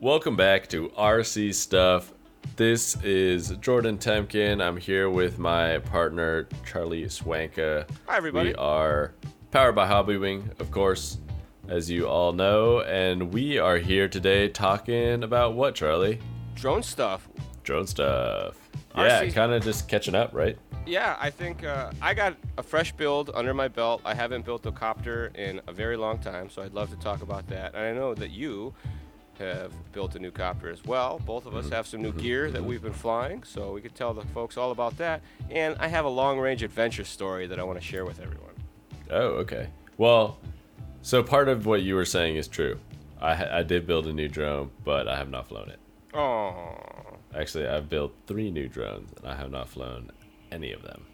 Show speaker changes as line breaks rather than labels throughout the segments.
Welcome back to RC Stuff. This is Jordan Temkin. I'm here with my partner Charlie Swanka.
Hi, everybody.
We are powered by Hobbywing, of course, as you all know, and we are here today talking about what, Charlie?
Drone stuff.
Drone stuff. Yeah,
RC
kind of just catching up, right?
Yeah, I think uh, I got a fresh build under my belt. I haven't built a copter in a very long time, so I'd love to talk about that. And I know that you have built a new copter as well. Both of us have some new gear that we've been flying, so we could tell the folks all about that. And I have a long range adventure story that I want to share with everyone.
Oh, okay. Well, so part of what you were saying is true. I, ha- I did build a new drone, but I have not flown it.
Oh.
Actually, I've built three new drones, and I have not flown any of them.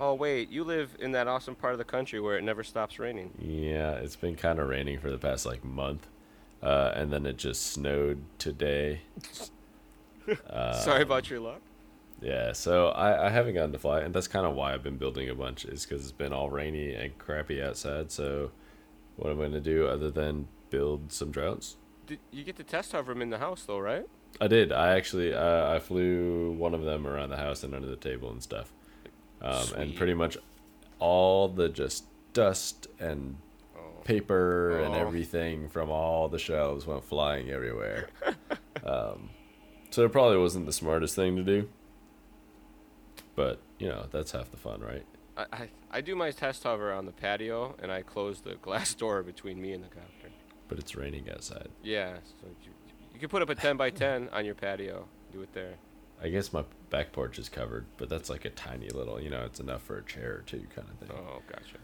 Oh, wait, you live in that awesome part of the country where it never stops raining.
Yeah, it's been kind of raining for the past like month, uh, and then it just snowed today.
Sorry about your luck.
Yeah, so I, I haven't gotten to fly, and that's kind of why I've been building a bunch, is because it's been all rainy and crappy outside. So, what am I going to do other than build some drones?
Did you get to test hover them in the house, though, right?
I did. I actually uh, I flew one of them around the house and under the table and stuff, um, and
Sweet.
pretty much all the just dust and
Oh.
paper and
Oh.
everything from all the shelves went flying everywhere. um, so it probably wasn't the smartest thing to do, but you know that's half the fun, right?
I, I, I do my test hover on the patio and I close the glass door between me and the copter.
But it's raining outside.
Yeah, so you, you can put up a 10 by 10 on your patio. Do it there.
I guess my back porch is covered, but that's like a tiny little, you know, it's enough for a chair or two kind of thing.
Oh, gotcha.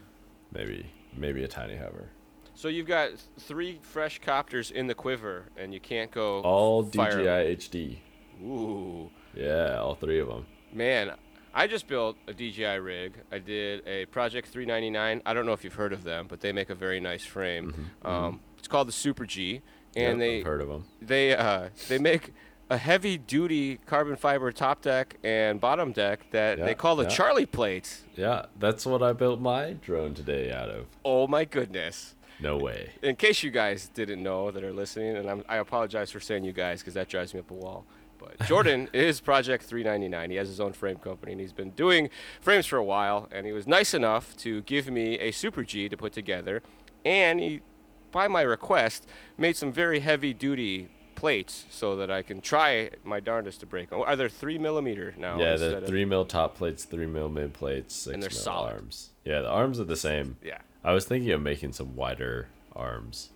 Maybe maybe a tiny hover.
So you've got three fresh copters in the quiver and you can't go
All
fire 'em.
DJI HD.
Ooh.
Yeah, all three of them.
Man, I just built a DJI rig. I did a Project 399. I don't know if you've heard of them, but they make a very nice frame. Um, It's called the Super G and
Mm-hmm,
they
I've heard of them.
they uh, they make a heavy duty carbon fiber top deck and bottom deck that
Yeah,
they call the
yeah.
Charlie plate.
Yeah, that's what I built my drone today out of.
Oh my goodness.
No way.
In case you guys didn't know that are listening, and I'm, I apologize for saying you guys because that drives me up a wall. But Jordan is Project 399. He has his own frame company and he's been doing frames for a while. And he was nice enough to give me a Super G to put together. And he, by my request, made some very heavy duty plates so that I can try my darndest to break them. Are there three millimeter now?
Yeah,
instead
the
of-
three mil top plates, three mil mid plates, six mil
they're solid.
arms. Yeah, the arms are the same.
Yeah.
I was thinking of making some wider arms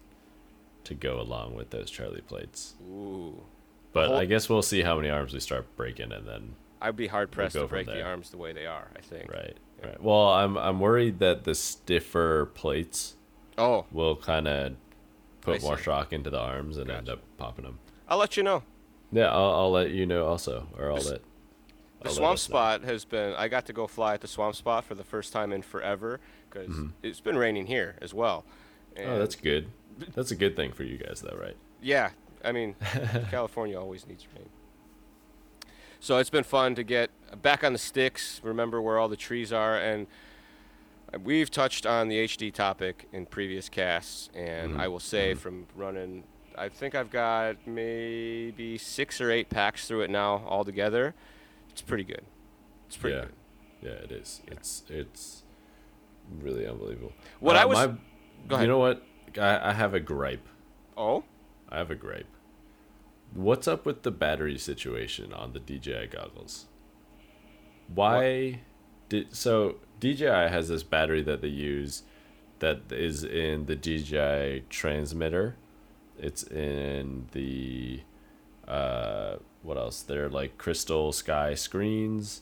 to go along with those Charlie plates,
Ooh.
but
Whole-
I guess we'll see how many arms we start breaking, and then
I'd be hard pressed
go
to
from
break the
there.
arms the way they are, I think.
right, right. Well, I'm I'm worried that the stiffer plates
Oh,
will kind of put
I
more
see.
shock into the arms and end
Gotcha.
up popping them.
I'll let you know.
Yeah, I'll, I'll let you know also, or I'll let.
The
I'll let
swamp
us know.
spot has been. I got to go fly at the swamp spot for the first time in forever because it's been raining here as well.
Mm-hmm. Oh, that's
And,
good. That's a good thing for you guys, though, right?
yeah. I mean, California always needs rain. So it's been fun to get back on the sticks. Remember where all the trees are, and we've touched on the HD topic in previous casts. And
Mm-hmm.
I will say, from running, I think I've got maybe six or eight packs through it now altogether. It's pretty good. It's pretty
yeah,
good.
yeah, it is. It's it's really unbelievable. Uh,
What I was-
my- you
Go ahead.
know what? I, I have a gripe.
Oh.
I have a gripe. What's up with the battery situation on the DJI goggles? Why did so DJI has this battery that they use that is in the DJI transmitter. It's in the uh what else? They're like crystal sky screens.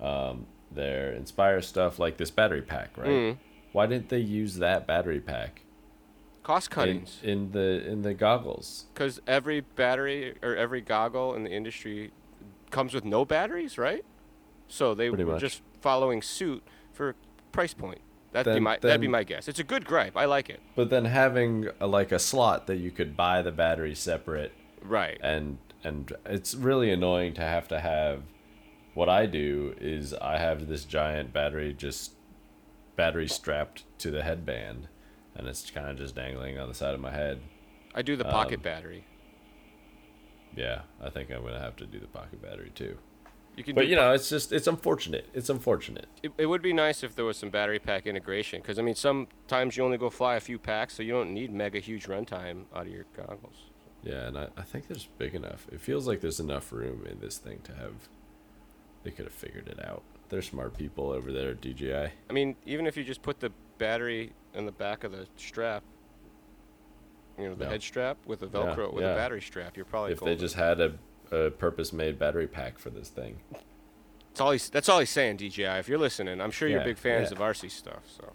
Um their Inspire stuff like this battery pack, right? Why didn't they use that battery pack
Cost
in,
cuttings.
in the in the goggles?
Because every battery or every goggle in the industry comes with no batteries, right? So they
Pretty
were
much.
just following suit for price point. That'd be
Then-
my that'd be
then-
my guess. It's a good gripe. I like it.
But then having a, like a slot that you could buy the battery separate
Right.
and and it's really annoying to have to have what I do is I have this giant battery just battery strapped to the headband and it's kind of just dangling on the side of my head.
I do the pocket battery.
yeah, I think I'm gonna have to do the pocket battery too.
You can
But
do
you know, it's just it's unfortunate. It's unfortunate.
it, it would be nice if there was some battery pack integration because I mean sometimes you only go fly a few packs, so you don't need mega huge runtime out of your goggles.
Yeah, and I, I think there's big enough. It feels like there's enough room in this thing to have. They could have figured it out. They're smart people over there at DJI.
I mean, even if you just put the battery in the back of the strap, you know, the
Yeah.
head strap with a Velcro with
yeah.
a battery strap, you're probably
if they
golden.
just had a, a purpose-made battery pack for this thing.
That's all he's. That's all he's saying, DJI. If you're listening, I'm sure you're
Yeah,
big fans
yeah.
of RC stuff. So,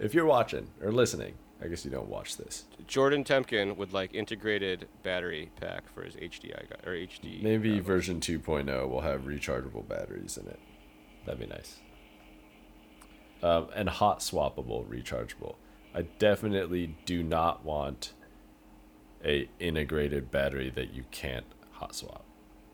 if you're watching or listening, I guess you don't watch this.
Jordan Temkin would like integrated battery pack for his HDI go- or uh, HD.
Maybe
goggles.
version 2.0 will have rechargeable batteries in it. That'd be nice. Um, and hot swappable rechargeable. I definitely do not want a integrated battery that you can't hot swap.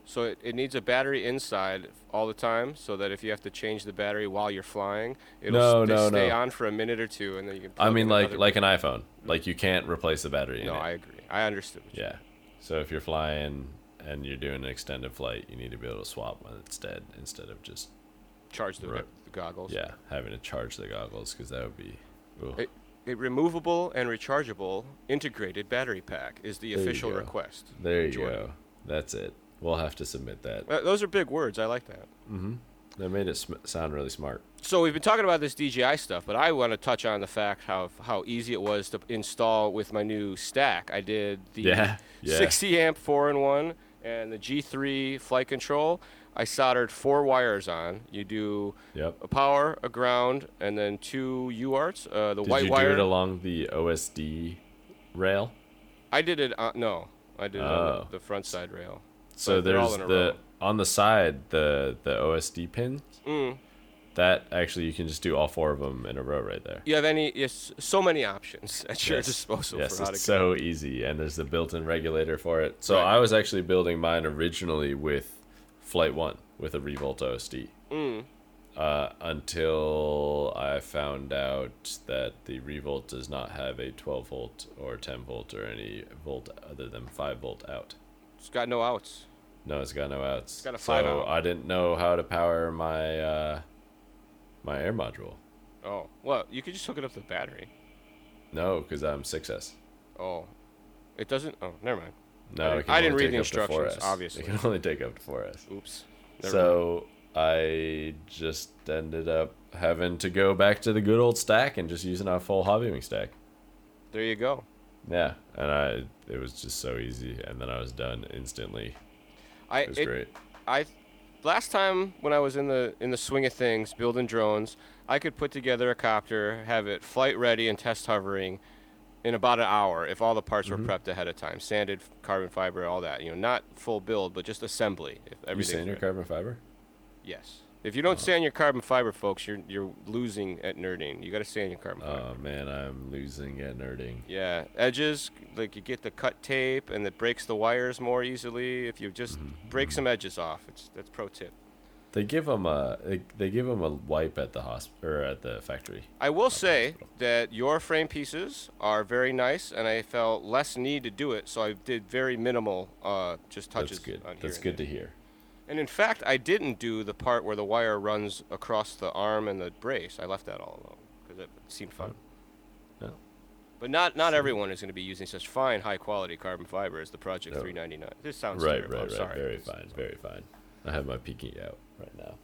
So it, it needs a battery inside all the time, so that if you have to change the battery while you're flying, it'll
No,
st-
no,
stay
no.
on for a minute or two, and then you can.
I
plug
mean,
in
like
another-
like an iPhone. Like you can't replace the battery.
No,
in it.
I agree. I understood. What you
Yeah. So if you're flying and you're doing an extended flight, you need to be able to swap when it's dead instead of just
charge the,
Right.
the goggles.
yeah having to charge the goggles because that would be. ugh.
It- A removable and rechargeable integrated battery pack is the
There you
official
go.
request.
There you
Jordan.
go. That's it. We'll have to submit that.
Uh, Those are big words. I like that.
That made it sm- sound really smart.
So we've been talking about this DJI stuff, but I want to touch on the fact how how easy it was to install with my new stack. I did the
Yeah, yeah.
60 amp 4 in 1 and the G3 flight control. I soldered four wires on. You do
Yep.
a power, a ground, and then two UARTs. Uh, the
Did
white
you
wire.
do it along the OSD rail?
I did it. On, no, I did it on
Oh.
the, the front side rail.
So
But they're all
there's
in a
the
row.
on the side the the OSD pins.
Mm.
That actually you can just do all four of them in a row right there.
You have any? Yes, so many options at your
Yes.
disposal
yes,
for how to
it's uh, so easy, and there's the built-in regulator for it. So
Right.
I was actually building mine originally with Flight One with a Revolt OSD.
Mm.
Uh, until I found out that the Revolt does not have a 12 volt or 10 volt or any volt other than 5 volt out.
It's got no outs.
No, it's got no outs. It's
got a
so
five out.
I didn't know how to power my uh, my air module.
Oh, well, you could just hook it up to the battery.
No, because I'm 6S.
Oh, it doesn't. Oh, never mind.
No,
I
it
didn't-
can
I didn't
only
read
take
the
up to 4S.
instructions, obviously.
It can only take up to 4S.
Oops. Never mind.
So I just ended up having to go back to the good old stack and just using our full hobbywing stack.
there you go.
Yeah, and I it was just so easy, and then I was done instantly.
I
It was
it-
great.
I last time when I was in the in the swing of things building drones, I could put together a copter, have it flight ready and test hovering in about an hour if all the parts
Mm-hmm.
were prepped ahead of time, sanded, carbon fiber, all that. You know, not full build, but just assembly. If
You
everything.
sand your carbon fiber?
Yes. If you don't sand your carbon fiber, folks, you're you're losing at nerding. You got to sand your carbon fiber.
Oh man, I'm losing at nerding.
Yeah, edges like you get the cut tape and it breaks the wires more easily if you just
Mm-hmm.
break some edges off. It's that's pro tip.
They give them a they, they give 'em a wipe at the hospital or at the factory.
I will say that your frame pieces are very nice, and I felt less need to do it, so I did very minimal, uh, just touches
That's good.
on here.
That's
and
good
there.
to hear.
And in fact, I didn't do the part where the wire runs across the arm and the brace. I left that all alone because it seemed fun.
No.
But not not everyone is going to be using such fine, high quality carbon fiber as the Project
No.
399. This sounds
right,
terrible.
right,
I'm
right.
sorry.
Very fine, very fine. I have my pinky out right now.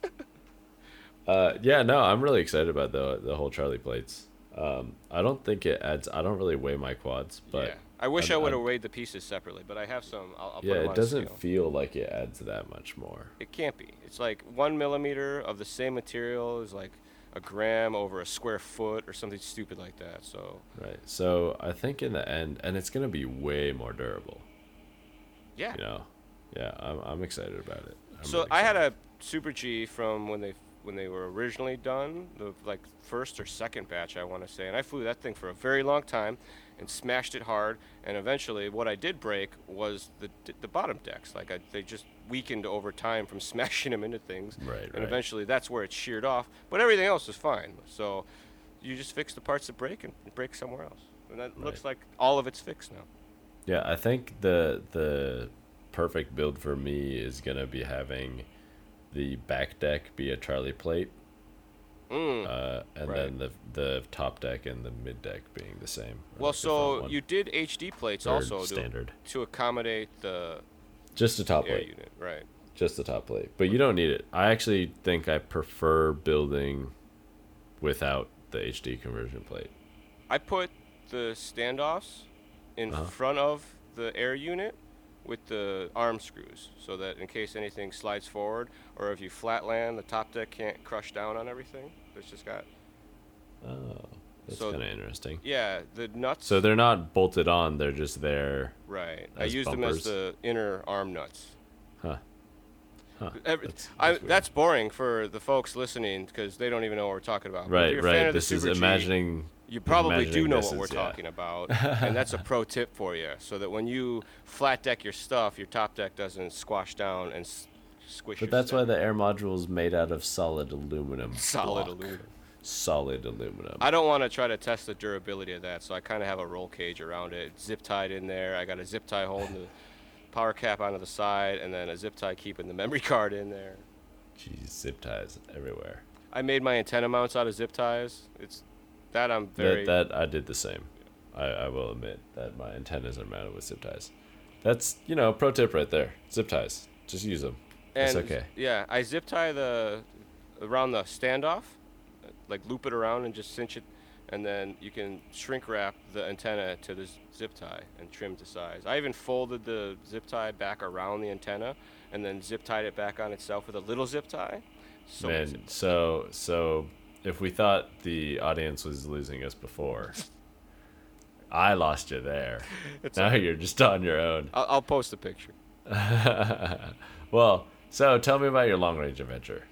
uh, yeah, no, I'm really excited about the the whole Charlie plates. Um, I don't think it adds. I don't really weigh my quads, but
yeah. I wish i
I'm-
would have
I'm-
weighed the pieces separately, but I have some. I'll, I'll put
yeah,
them on
it
a
doesn't
scale.
feel like it adds that much more.
It can't be. It's like one millimeter of the same material is like a gram over a square foot or something stupid like that. So
Right. So I think in the end, and it's gonna be way more durable.
yeah.
You know. Yeah, I'm I'm excited about it. I'm
so
really
I had
excited.
a Super G from when they when they were originally done, the like first or second batch I want to say, and I flew that thing for a very long time, and smashed it hard. And eventually, what I did break was the the bottom decks. Like I, they just weakened over time from smashing them into things.
Right,
And
right.
eventually, that's where it sheared off. But everything else is fine. So you just fix the parts that break and break somewhere else. And that looks like all of it's fixed now.
Yeah, I think the the perfect build for me is gonna be having the back deck be a Charlie plate,
Mm.
uh, and
Right.
then the the top deck and the mid deck being the same. or like
well,
a front
so
one,
you did HD plates
or
also to,
standard,
to accommodate the
just the top
air
plate,
unit, right?
just the top plate. But you don't need it. I actually think I prefer building without the HD conversion plate.
I put the standoffs in
Uh-huh.
front of the air unit with the arm screws so that in case anything slides forward or if you flat land, the top deck can't crush down on everything. It's just got.
Oh, that's
So-
kind of interesting.
Yeah, the nuts.
So they're not bolted on; they're just there.
right. I
as
used them
bumpers.
as the inner arm nuts.
Huh. Huh.
Every,
That's-
that's, I,
that's
that's,
weird.
boring for the folks listening because they don't even know what we're talking about. But if
Right,
you're a fan
right.
of the
This is
Super G,
imagining.
You probably do
imagining
know
this
what we're
is- yeah.
talking about, and that's a pro tip for you, so that when you flat deck your stuff, your top deck doesn't squash down and s- squish.
But
your
that's why
stuff.
the air module is made out of solid aluminum.
solid
block.
aluminum.
Solid aluminum.
I don't want to try to test the durability of that, so I kind of have a roll cage around it, It's zip tied in there. I got a zip tie holding the power cap onto the side, and then a zip tie keeping the memory card in there.
Jeez, zip ties everywhere.
I made my antenna mounts out of zip ties. It's that I'm very
That that I did the same. I, I will admit that my antennas are mounted with zip ties. That's you know pro tip right there. Zip ties. Just use them. It's
and
okay.
Yeah, I zip tie the around the standoff, like loop it around and just cinch it, and then you can shrink wrap the antenna to the z- zip tie and trim to size. I even folded the zip tie back around the antenna, and then zip tied it back on itself with a little zip tie. So many
Man,
zip-
so so if we thought the audience was losing us before, I lost you there.
It's
now you're just on your own.
I'll, I'll post a picture.
well, so tell me about your long range adventure.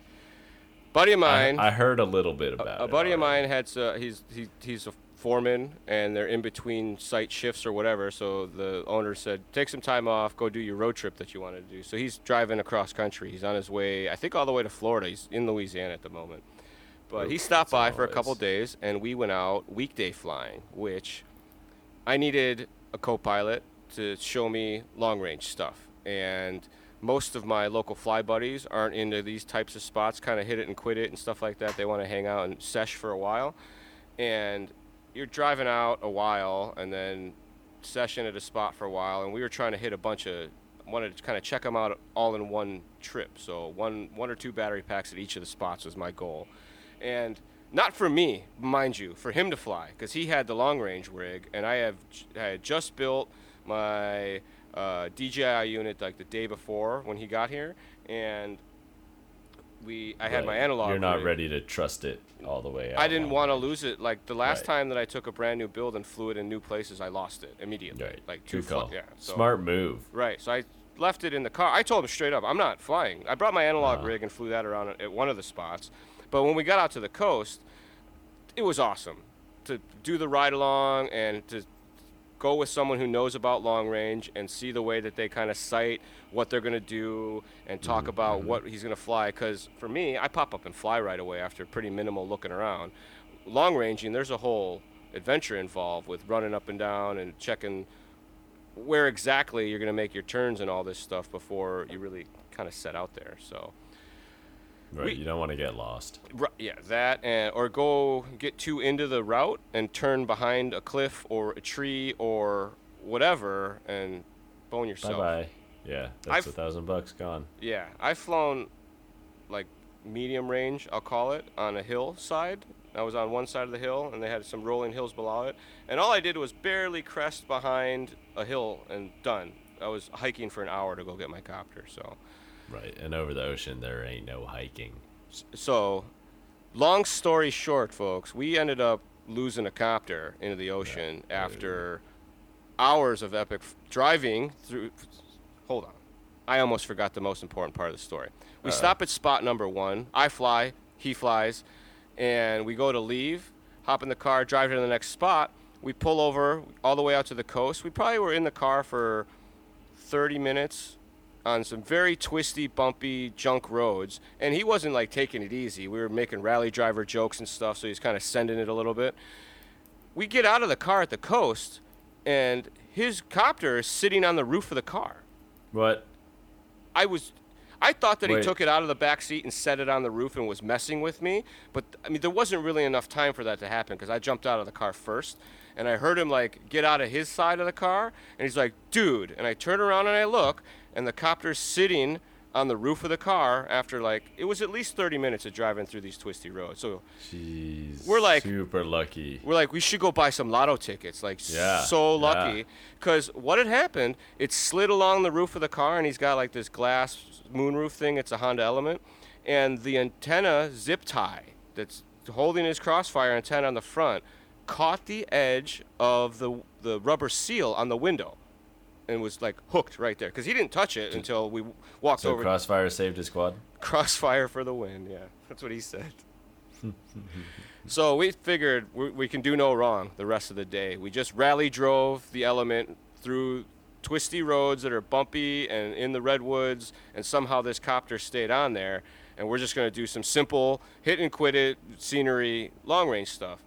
Buddy of
I,
mine.
I heard a little bit about
a
it
buddy of
already.
mine had uh, he's he, he's a foreman and they're in between site shifts or whatever so the owner said take some time off go do your road trip that you want to do so he's driving across country he's on his way i think all the way to florida he's in louisiana at the moment but he
Oof, that's a
stopped by
long
for a
ways.
couple days and we went out weekday flying which i needed a co-pilot to show me long range stuff and most of my local fly buddies aren't into these types of spots kind of hit it and quit it and stuff like that they want to hang out and sesh for a while and you're driving out a while and then session at a spot for a while and we were trying to hit a bunch of wanted to kind of check them out all in one trip so one one or two battery packs at each of the spots was my goal and not for me mind you for him to fly because he had the long range rig and i have j- I had just built my uh, dji unit like the day before when he got here and we i had my
Right.
analog
You're not
rig.
ready to trust it all the way out.
I didn't
long
want to
range.
lose it. Like the last
Right.
time that I took a brand new build and flew it in new places, I lost it immediately.
Right.
Like two
Good
fl-
call.
yeah, so-
Smart move.
Right. So I left it in the car. I told him straight up, I'm not flying. I brought my analog
Uh-huh.
rig and flew that around at- at one of the spots. But when we got out to the coast, it was awesome to do the ride along and to go with someone who knows about long range and see the way that they kind of sight what they're going to do and talk about what he's going to fly because for me i pop up and fly right away after pretty minimal looking around long ranging there's a whole adventure involved with running up and down and checking where exactly you're going to make your turns and all this stuff before you really kind of set out there so
Right.
We-
you don't want to get lost.
Ru- yeah, that and or go get too into the route and turn behind a cliff or a tree or whatever and bone
Bye
yourself.
bye. Yeah, that's
I've-
a thousand bucks gone.
Yeah, I've flown like medium range, I'll call it, on a hillside. I was on one side of the hill and they had some rolling hills below it, and all I did was barely crest behind a hill and done. I was hiking for an hour to go get my copter, so.
Right. And over the ocean, there ain't no hiking.
so long story short folks we ended up losing a copter into the ocean
yeah, yeah.
after hours of epic f- driving through hold on i almost forgot the most important part of the story we
Uh-huh.
stop at spot number one i fly he flies and we go to leave hop in the car drive to the next spot we pull over all the way out to the coast we probably were in the car for 30 minutes on some very twisty, bumpy junk roads, and he wasn't like taking it easy. We were making rally driver jokes and stuff, so he's kind of sending it a little bit. We get out of the car at the coast, and his copter is sitting on the roof of the car.
What?
I was I thought that
Wait.
he took it out of the back seat and set it on the roof and was messing with me, but I mean there wasn't really enough time for that to happen because I jumped out of the car first, and I heard him like get out of his side of the car, and he's like, "Dude!" And I turn around and I look, and the copter's sitting on the roof of the car after like it was at least 30 minutes of driving through these twisty roads. So
Jeez.
We're like-
super lucky.
we're like, we should go buy some lotto tickets. Like,
Yeah,
so
yeah.
lucky. Because what had happened, it slid along the roof of the car, and he's got like this glass moonroof thing. It's a Honda Element. And the antenna zip tie that's holding his crossfire antenna on the front caught the edge of the, the rubber seal on the window and was like hooked right there. Because he didn't touch it until we walked
So
over.
Crossfire saved his quad.
Crossfire for the win. Yeah, that's what he said. so we figured we, we can do no wrong the rest of the day. We just rally drove the element through twisty roads that are bumpy and in the redwoods, and somehow this copter stayed on there. And we're just going to do some simple hit and quit it scenery long range stuff.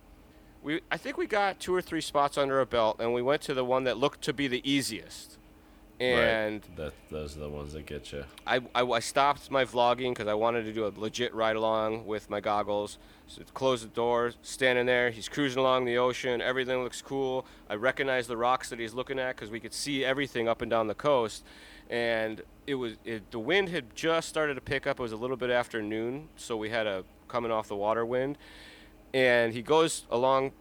We, I think we got two or three spots under our belt, and we went to the one that looked to be the easiest. And
right. that those are the ones that get you.
I, I, I stopped my vlogging because I wanted to do a legit ride along with my goggles. So close the doors, standing there. He's cruising along the ocean. Everything looks cool. I recognize the rocks that he's looking at because we could see everything up and down the coast. And it was it, the wind had just started to pick up. It was a little bit after noon, so we had a coming off the water wind. And he goes along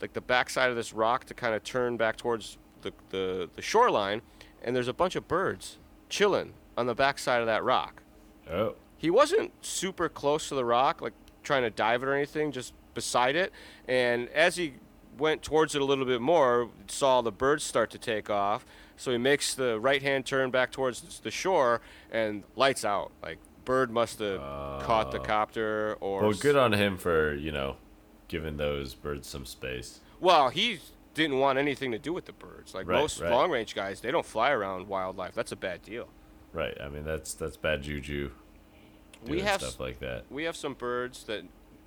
like the backside of this rock to kind of turn back towards the, the, the shoreline, and there's a bunch of birds chilling on the backside of that rock.
Oh,
He wasn't super close to the rock, like trying to dive it or anything, just beside it. And as he went towards it a little bit more, saw the birds start to take off. So he makes the right hand turn back towards the shore and lights out. Like bird must have caught the copter or
Oh. well, good on him for you know giving those birds some space.
Well, he didn't want anything to do with the birds. Like
Right,
most
right.
long range guys, they don't fly around wildlife. That's a bad deal.
Right. I mean, that's that's bad juju.
We
doing
have
stuff like that.
we have some birds that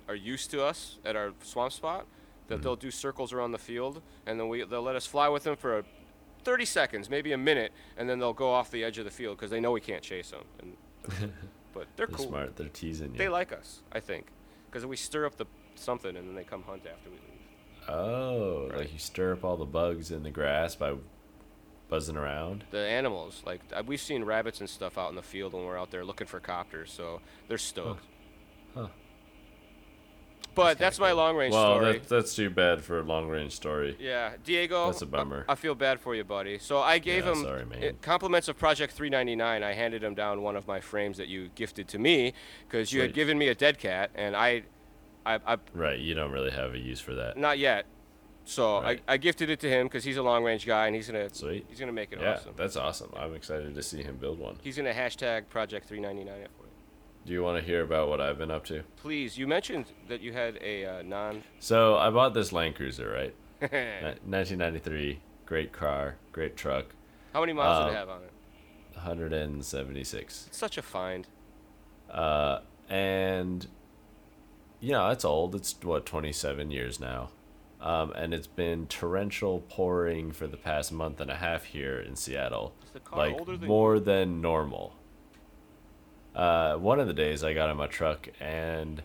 are used to us at our swamp spot that
Mm-hmm.
they'll do circles around the field and then we they'll let us fly with them for a 30 seconds, maybe a minute, and then they'll go off the edge of the field because they know we can't chase them. And, but
They're
they're cool.
smart. They're teasing you.
They like us, I think, because we stir up the something and then they come hunt after we leave.
oh, like you stir up all the bugs in the grass by buzzing around.
the animals. Like uh, we've seen rabbits and stuff out in the field when we're out there looking for copters, so they're stoked.
Huh.
But that's, my long range
Well,
story.
that, that's too bad for a long range story.
Yeah, Diego.
That's a
I-
bummer.
I, feel bad for you, buddy. So I gave
Yeah,
him
sorry, man.
uh, compliments of Project 399. I handed him down one of my frames that you gifted to me because you had
Sweet.
given me a dead cat, and I, I, I
Right. You don't really have a use for that.
not yet. So
Right.
I, I gifted it to him because he's a long range guy and he's gonna
Sweet.
he's gonna make it
yeah,
awesome.
that's awesome. I'm excited to see him build one.
He's gonna hashtag Project 399 it for you.
Do you want to hear about what I've been up to?
Please, you mentioned that you had a uh, non.
So I bought this Land Cruiser, right? Ni- 1993, great car, great truck,
How many miles did
Uh,
it have on it?
176.
It's such a find.
Uh, and you know, it's old. It's what 27 years now. Um, and it's been torrential pouring for the past month and a half here in Seattle.
Is the car
like
older than you?
more than normal. Uh, one of the days I got in my truck and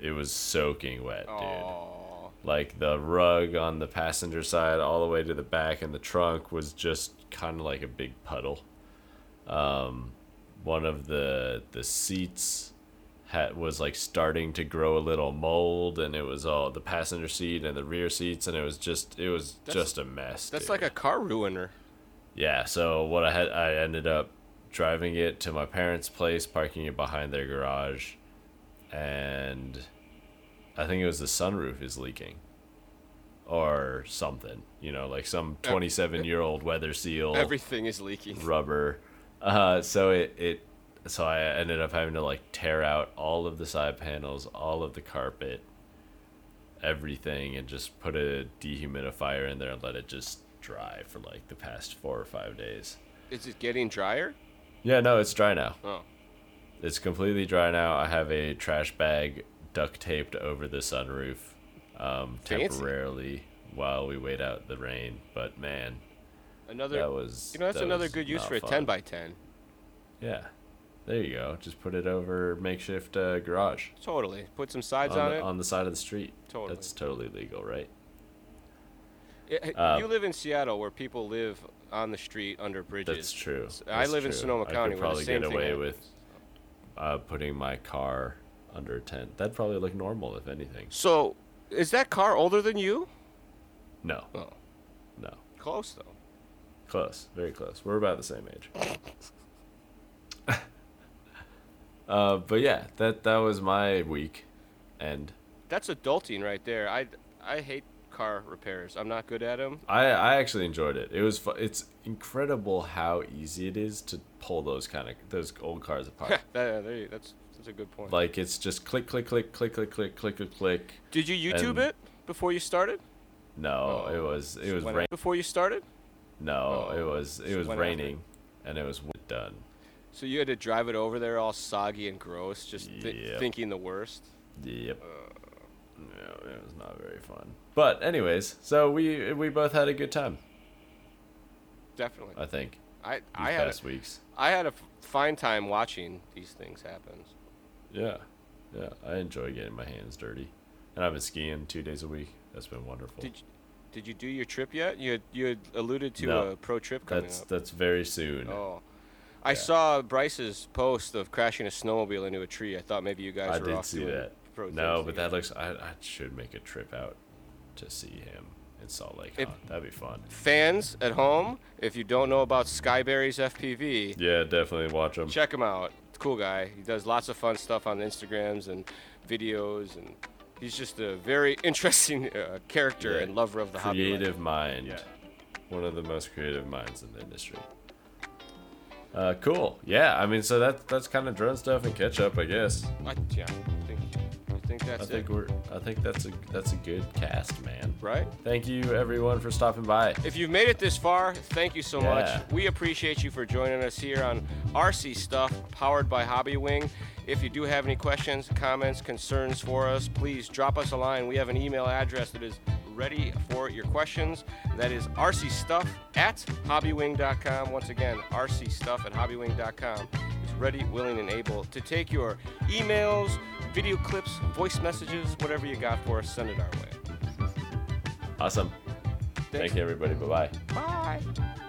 it was soaking wet, dude
Oh,
like the rug on the passenger side all the way to the back and the trunk was just kind of like a big puddle um, one of the the seats had, was like starting to grow a little mold and it was all the passenger seat and the rear seats and it was just it was
That's-
just a mess
that's
dude.
like a car ruiner.
Yeah, so what I had, I ended up driving it to my parents' place, parking it behind their garage, and I think it was the sunroof is leaking or something, you know, like some 27 year old weather seal
Everything is leaking.
rubber. Uh, so it, it so I ended up having to like tear out all of the side panels, all of the carpet, everything, and just put a dehumidifier in there and let it just dry for like the past four or five days.
Is it getting drier?
Yeah, no, it's dry now.
Oh,
It's completely dry now. I have a trash bag duct taped over the sunroof um,
Fancy.
temporarily while we wait out the rain. But man,
another.
that was
you know, that's
that
another
was
good use
not
for a
fun.
10 by 10.
Yeah. There you go. Just put it over makeshift uh, garage
Totally. Put some sides
on
on,
the,
it.
on the side of the street.
Totally.
That's totally legal, right?
Yeah,
uh,
you live in Seattle where people live on the street under bridges.
That's true.
S- I
That's
live in
true.
Sonoma
I could
County where the
probably
same
get
thing
away
happens.
with uh, putting my car under a tent. That'd probably look normal, if anything.
So, is that car older than you?
No,
Oh,
no.
close though.
Close. Very close. We're about the same age. uh, but yeah, that, that was my week end.
That's adulting right there. I I hate car repairs. I'm not good at them.
I, I actually enjoyed it. It was fu- it's incredible how easy it is to pull those kind of those old cars apart.
that's that's a good point.
like it's just click click click click click click click click click.
Did you YouTube
and-
it before you started?
No,
Oh,
it was um, it was
When-
rain.
Before you started,
No,
Oh,
it was it
so
was
when after?
raining, and it was w- done.
so you had to drive it over there all soggy and gross, just thi-
Yep.
thinking the worst.
Yep.
Uh.
No, it was not very fun. But anyways, so we we both had a good time.
Definitely.
I think these
I I had a,
past weeks.
I had a f- fine time watching these things happen.
Yeah, yeah. I enjoy getting my hands dirty, and I've been skiing two days a week. That's been wonderful.
Did you, did you do your trip yet? You had, you had alluded to
No.
a pro trip coming
that's
up.
that's very soon.
Oh. I
Yeah.
saw Bryce's post of crashing a snowmobile into a tree. I thought maybe you guys
I
were
did
off
see
doing
that.
pro
no,
things
but
together.
that looks. I, I should make a trip out to see him in Salt Lake.
If-
huh? That'd be fun.
fans at home, if you don't know about Skyberry's FPV,
Yeah, definitely watch him.
check him out. Cool guy. He does lots of fun stuff on Instagrams and videos, and he's just a very interesting uh, character
Yeah,
and lover of the hobby. like
creative mind.
Yeah.
One of the most creative minds in the industry. Uh, cool. Yeah, I mean, so that that's kind of drone stuff and catch up, I guess.
I, yeah, I think, I think that's
I think
it,
we're. I think that's a that's a good cast, man.
right?
Thank you everyone for stopping by.
If you've made it this far, thank you so
Yeah.
much. We appreciate you for joining us here on RC Stuff, powered by Hobby Wing. If you do have any questions, comments, concerns for us, please drop us a line. We have an email address that is ready for your questions. That is rcstuff at hobbywing.com. Once again, rcstuff at hobbywing.com is ready, willing, and able to take your emails, video clips, voice messages, whatever you got for us, send it our way.
Awesome. Thank you everybody. Bye bye.
Bye.